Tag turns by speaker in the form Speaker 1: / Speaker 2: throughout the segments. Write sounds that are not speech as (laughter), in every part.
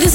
Speaker 1: this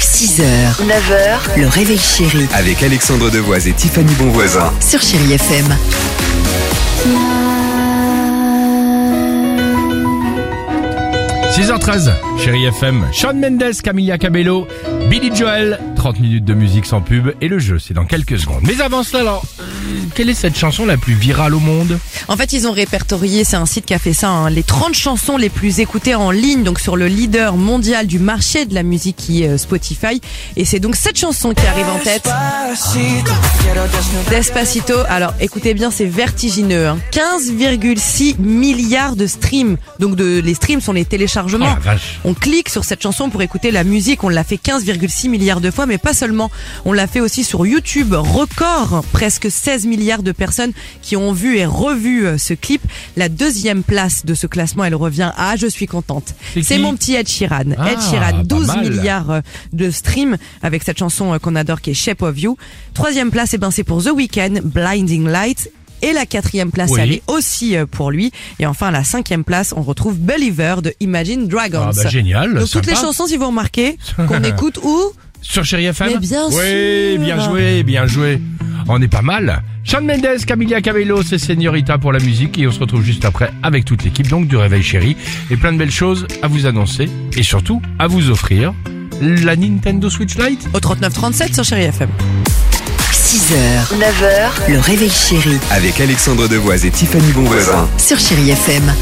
Speaker 2: 6h, 9h, le réveil chéri
Speaker 3: avec Alexandre Devoise et Tiffany Bonvoisin.
Speaker 2: sur Chérie FM.
Speaker 4: Smile.
Speaker 5: 6h13, chérie FM, Sean Mendes, Camilla Cabello, Billy Joel, 30 minutes de musique sans pub et le jeu, c'est dans quelques secondes. Mais avant cela, alors, euh, quelle est cette chanson la plus virale au monde
Speaker 2: En fait, ils ont répertorié, c'est un site qui a fait ça, hein, les 30 chansons les plus écoutées en ligne, donc sur le leader mondial du marché de la musique qui est euh, Spotify. Et c'est donc cette chanson qui arrive en tête. Despacito, alors écoutez bien, c'est vertigineux. hein. 15,6 milliards de streams. Donc de, les streams sont les
Speaker 5: Oh
Speaker 2: téléchargements.
Speaker 5: la vache
Speaker 2: On clique sur cette chanson pour écouter la musique. On l'a fait 15,6 milliards de fois, mais pas seulement. On l'a fait aussi sur YouTube. Record, presque 16 milliards de personnes qui ont vu et revu euh, ce clip. La deuxième place de ce classement, elle revient à Je suis contente.
Speaker 5: C'est
Speaker 2: C'est
Speaker 5: qui
Speaker 2: mon petit Ed Sheeran.
Speaker 5: Ah,
Speaker 2: Ed Sheeran,
Speaker 5: pas
Speaker 2: 12
Speaker 5: mal.
Speaker 2: milliards euh, de streams avec cette chanson euh, qu'on adore qui est Shape of You. Troisième place, eh ben, c'est pour The Weeknd, Blinding Lights. Et la quatrième place,
Speaker 5: Oui.
Speaker 2: elle est aussi euh, pour lui. Et enfin, à la cinquième place, on retrouve Believer de Imagine Dragons.
Speaker 5: Ah bah génial,
Speaker 2: Donc
Speaker 5: sympa.
Speaker 2: toutes les chansons, si vous
Speaker 5: (laughs)
Speaker 2: remarquez, qu'on écoute où
Speaker 5: Sur chérie FM
Speaker 2: Mais bien
Speaker 5: Oui,
Speaker 2: sûr.
Speaker 5: bien joué, bien joué. On est pas mal. Sean Mendes, Camilla Cabello, c'est Señorita pour la musique et on se retrouve juste après avec toute l'équipe donc du Réveil Chéri et plein de belles choses à vous annoncer et surtout à vous offrir la Nintendo Switch Lite.
Speaker 2: Au 3937 sur Chéri FM.
Speaker 6: 6h, 9h, le réveil chéri
Speaker 3: avec Alexandre Devoise et Tiffany Bonvoisin.
Speaker 6: sur Chéri FM.